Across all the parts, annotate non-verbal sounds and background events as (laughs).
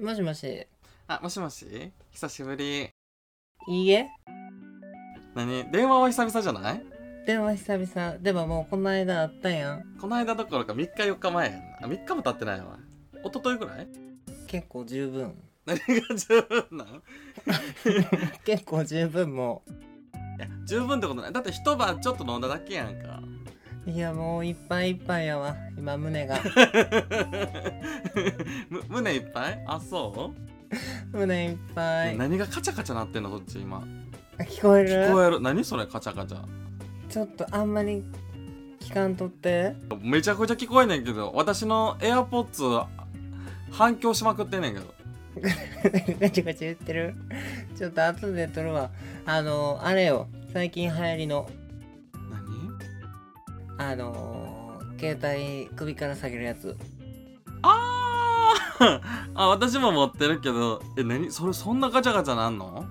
もしもし。あ、もしもし久しぶり。いいえ。何電話は久々じゃない電話久々。でももうこの間あったやん。この間どころか3日4日前やんな。あ3日も経ってないわ。一昨日ぐらい (laughs) 結構十分。何が十分なんい結構十分もや、十分ってことない。だって一晩ちょっと飲んだだけやんか。 (laughs) う。いやもういっぱいいっぱいやわ。今胸が。 (laughs) む胸いっぱいあ、そう、胸いっぱい。何がカチャカチャなってんのそっち今。聞こえる聞こえる。何それカチャカチャ。ちょっとあんまり聞かんとって。 (laughs) めちゃくちゃ聞こえねんけど、私の AirPods 反響しまくってんねんけど。ガチガチ言ってる。ちょっと後で撮るわ。あの、あれよ。最近流行りの、何あの、携帯首から下げるやつ。あー (laughs) あ私も持ってるけどえ何それそんなガチャガチャなんの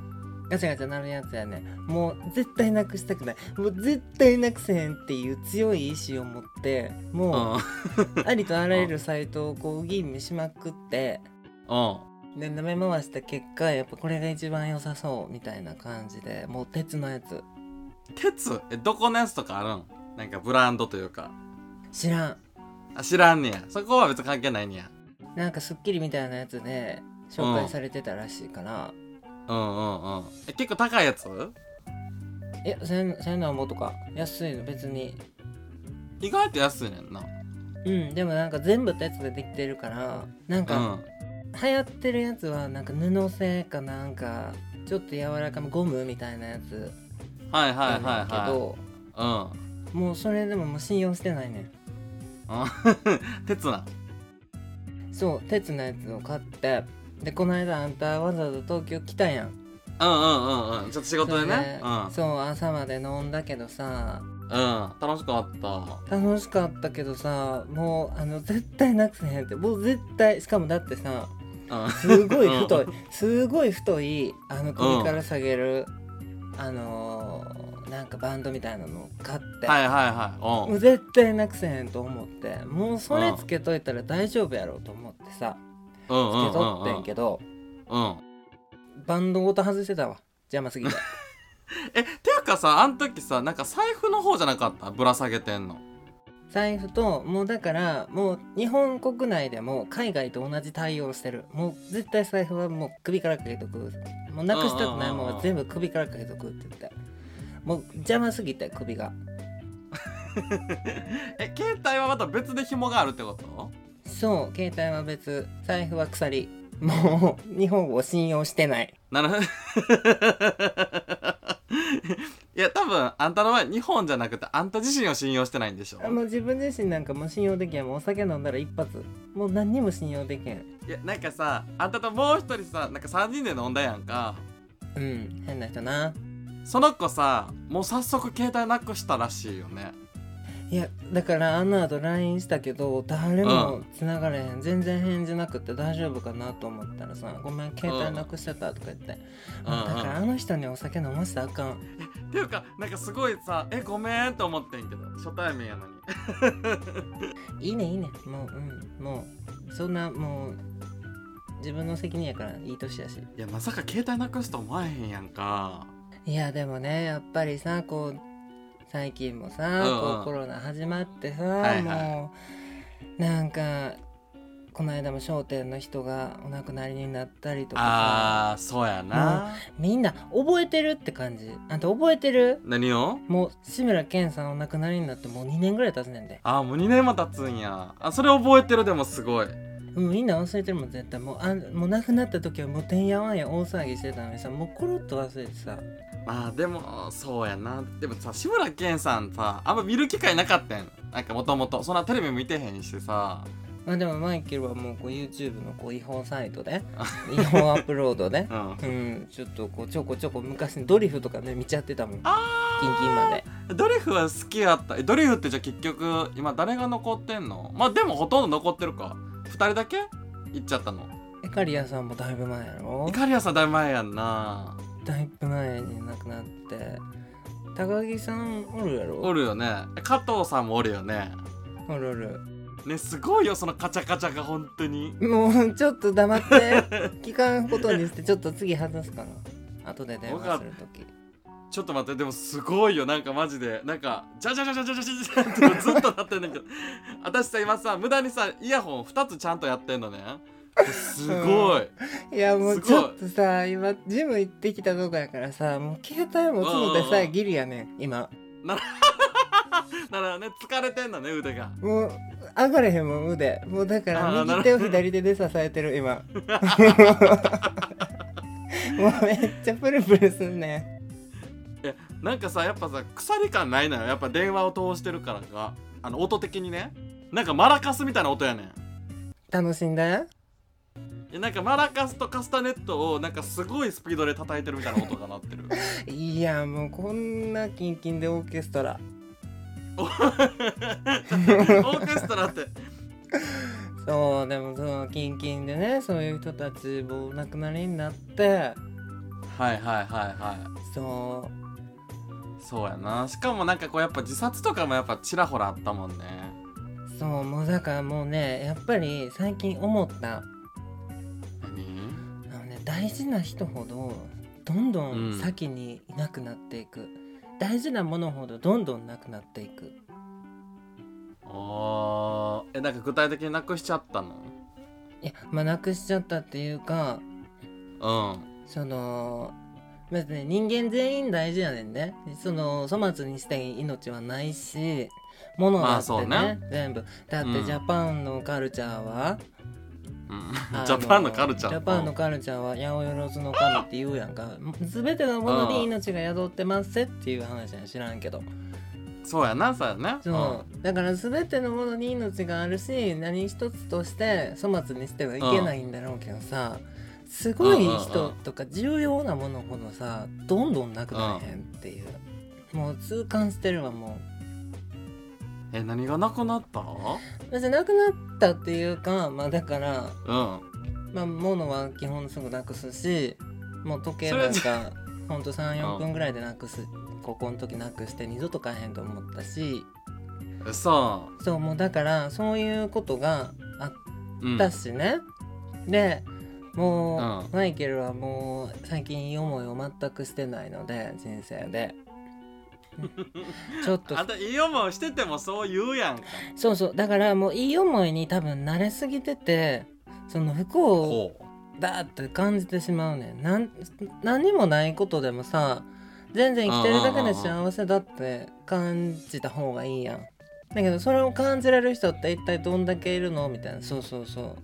ガチャガチャなるやつやねもう絶対なくしたくないもう絶対なくせへんっていう強い意志を持ってもうんうありとあらゆるサイトをこう吟味しまくってうんで舐め回した結果やっぱこれが一番良さそうみたいな感じでもう鉄のやつ鉄えどこのやつとかあるんなんかブランドというか知らんあ知らんねやそこは別に関係ないねやなんか『スッキリ』みたいなやつで紹介されてたらしいから、うんうんうんえ結構高いやついや千千何本とか安いの別に意外と安いねんなうんでもなんか全部鉄でできてるからなんか、うん流行ってるやつはなんか布製かなんかちょっと柔らかめゴムみたいなやつはいはいあるんはやいけはどいうんもうそれでももう信用してないねうん (laughs) 鉄なんそう鉄のやつを買ってでこの間あんたわざわざ東京来たやんうんうんうんうんちょっと仕事でそれねうんそう朝まで飲んだけどさうん楽しかった (laughs) 楽しかったけどさもうあの絶対なくせへんってもう絶対しかもだってさうんすごい太いうんすごい太いあの首から下げる、あのーなんかバンドみたいなのを買って、はいはいはいもう絶対なくせへんと思ってもうそれつけといたら大丈夫やろうと思ってさうんうんつうんけとってんけど、うんバンドごと外してたわ邪魔す (laughs) ぎてえていうかさあん時さなんか財布の方じゃなかったぶら下げてんの財布ともうだからもう日本国内でも海外と同じ対応してるもう絶対財布はもう首からかけとくもうなくしたくないもんは全部首からかけとくって言ってもう邪魔すぎて首がえ携帯はまた別で紐があるってことそう携帯は別財布は鎖もう日本を信用してないなるほど (laughs) いや多分あんたの場合日本じゃなくてあんた自身を信用してないんでしょあもう自分自身なんかもう信用できへんもうお酒飲んだら一発もう何にも信用できへんいやなんかさあんたともう一人さなんか3人で飲んだやんかうん変な人なその子さもう早速携帯なくしたらしいよねいやだからあの後 LINE したけど誰も繋がれへん、全然返事なくて大丈夫かなと思ったらさ「ごめん携帯なくしてた」とか言って、うんもうだからあの人にお酒飲ませたらあかんっていうかなんかすごいさえごめんと思ってんけど初対面やのにいいねいいねもううんもうそんなもう自分の責任やからいい年やしいやまさか携帯なくすと思わへんやんかいやでもねやっぱりさこう最近もさ、うんうんこうコロナ始まってさ、はいはいもうなんかこの間も商店の人がお亡くなりになったりとかあーそうやな、さみんな覚えてるって感じあんた覚えてる何をもう志村けんさんお亡くなりになってもう2年ぐらい経つねんであーもう2年も経つんやあそれ覚えてるでもすごいもうみんな忘れてるもん絶対もうあんもう亡くなった時はもうてんやわんや大騒ぎしてたのにさもうコロッと忘れてさまあでもそうやなでもさ志村けんさんさあんま見る機会なかったやんなんかもともとそんなテレビ見てへんしさまあでもマイケルはもうこう YouTube のこう違法サイト (laughs) で違法アップロードでうんうんちょっとこうちょこちょこ昔のドリフとかね見ちゃってたもんキンあキンまでドリフは好きやったえドリフってじゃあ結局今誰が残ってんのまあでもほとんど残ってるか2人だけ行っちゃったのエカリアさんもだいぶ前やろイカリアさんだいぶ前やんなだいぶ前に亡くなって高木さんおるやろおるよねえ加藤さんもおるよねおるおるねすごいよそのカチャカチャが本当にもうちょっと黙って (laughs) 聞かんことにしてちょっと次外すかな後で電話するときちょっと待ってでもすごいよなんかマジでなんかじゃじゃじゃじゃじゃじゃじゃじゃってずっとなってんだけど私さ今さ無駄にさイヤホン2つちゃんとやってんのねすごいいやもすうごいちょっとさ今ジム行ってきたとこやからさもう携帯持つのでさうんうえんギリやねん今だからね疲れてんだね腕がもう上がれへんもん腕もうだかあーらなる右手ほどを左手で支えてる (laughs) 今もうめっちゃプルプルすんねなんかさやっぱさ鎖感ないのよやっぱ電話を通してるからかあの音的にねなんかマラカスみたいな音やねんん楽しんだいやなんかマラカスとカスタネットをなんかすごいスピードで叩いてるみたいな音が鳴ってるいやもうこんなキンキンでオーケストラオーケストラってそうでもそのキンキンでねそういう人たちもお亡くなりになってはいはいはいはそいそうやなしかもなんかこうやっぱ自殺とかもやっぱちらほらあったもんねうそうもうだからもうねやっぱり最近思った何あのね大事な人ほどどんどうんん先にいなくなっていく、大事なものほどどんどんなくなっていくおーえなんか具体的になくしちゃったのいやまあなくしちゃったっていうかうんその別に人間全員大事やねんねその粗末にして命はないし物まだあってそうね,、ね全部だってうんジャパンのカルチャーは、うんあのジャパンのカルチャージャパンのカルチャーは八百万の神って言うやんか全てのものに命が宿ってますせっていう話やん知らんけどそうやなそうやねそうだから全てのものに命があるし何一つとして粗末にしてはいけないんだろうけどさすごい人とか重要なものほどさどんどんなくなれへんっていうもう痛感してるわもえ何がなくなったう別になくなったっていうかまあだからうんまあ物は基本すぐなくすしもう時計なんそかほんとうん34分ぐらいでなくす高校の時なくして二度と買えへんと思ったしそそうもうだからそういうことがあっう、うん、だしね、でもう、うんマイケルはもう最近いい思いを全くしてないので人生 (laughs) でちょっとあんたいい思いしててもそう言うやんかそうそうだからもういい思いに多分慣れすぎててその不幸をだって感じてしまうねんなん何もないことでもさ全然生きてるだけで幸せだって感じた方がいいやんだけどそれを感じられる人って一体どんだけいるのみたいなそうそうそ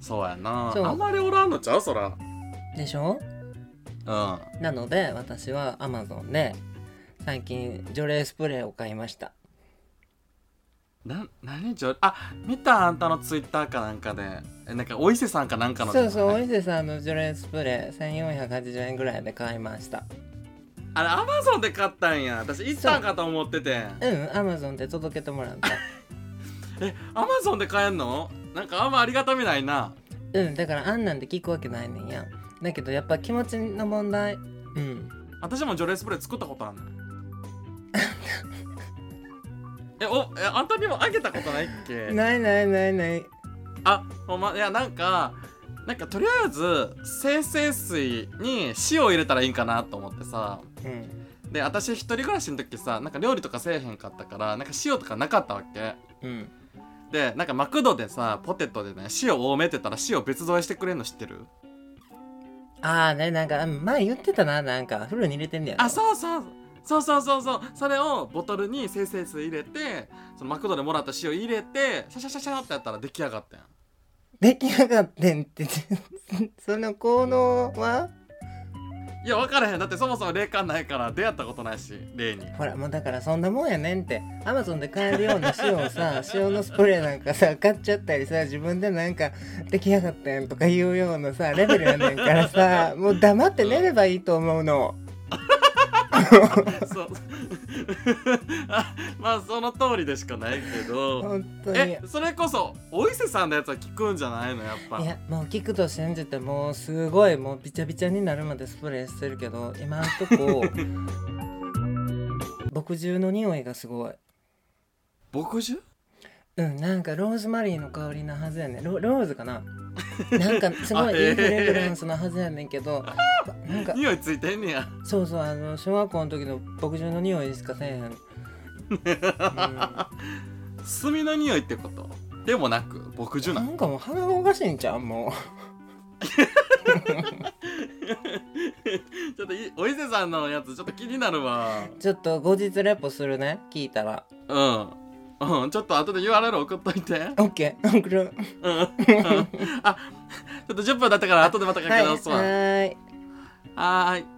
そうやなそうあんまりおらんのちゃうそらうでしょうんなので私は Amazon で最近除霊スプレーを買いましたな何じゃあ見たあんたのツイッターかなんかでえなんかお伊勢さんかなんかのそうそうおう伊勢さんの除霊スプレー1480円ぐらいで買いましたあれアマゾンで買ったんや私行ったんかと思っててうん Amazon で届けてもらっ (laughs) たえアマゾンで買えんのなんかあんまありがたみないなうんだからあんなんで聞くわけないねんやんだけどやっぱ気持ちの問題うん私も除霊スプレー作ったことあんねんえおえあんたにもあげたことないっけないないないないあほんまいやなんかなんかとりあえず生成水に塩を入れたらいいんかなと思ってさうんで私一人暮らしの時さなんか料理とかせえへんかったからなんか塩とかなかったわけうんでなんかマクドでさポテトでね塩多めって言ったら塩別添えしてくれんの知ってるああねなんかうん前言ってたななんかフルに入れてんねやろあそうそうそうそうそうそうそれをボトルに生成水入れてそのマクドでもらった塩入れてシャシャシャシャってやったら出来上がったやん出来上がってんって (laughs) その効能はいや分からへんだってそもそも霊感ないから出会ったことないし霊にほらもうだからそんなもんやねんってアマゾンで買えるような塩をさ塩のスプレーなんかさ買っちゃったりさ自分でなんか出来上がったやんとかいうようなさレベルやねんからさもう黙って寝ればいいと思うのそうあ (laughs) まあその通りでしかないけど本当にえそれこそお伊勢さんのやつは聞くんじゃないのやっぱいやもう聞くと信じてもうすごいもうびちゃびちゃになるまでスプレーしてるけど今んとこ牧汁の匂いがすごい牧汁うんなんかローズマリーの香りなはずやねんロローズ (laughs) かななんかすごあいへえいいフレグランスなはずやねんけどなんか匂いついてんねやそうそうあの小学校の時の牧場の匂いしかせえへん、うん、な炭の匂いってことでもなく牧樹なんんかもう鼻がおかしいんちゃうもちょっといお伊勢さんのやつちょっと気になるわうちょっと後日レポするね聞いたらうんうんちょっと後で URL 送っといて OK 送るうんうんあちょっと10分だったから後でまた書きはいは直すわはーいーい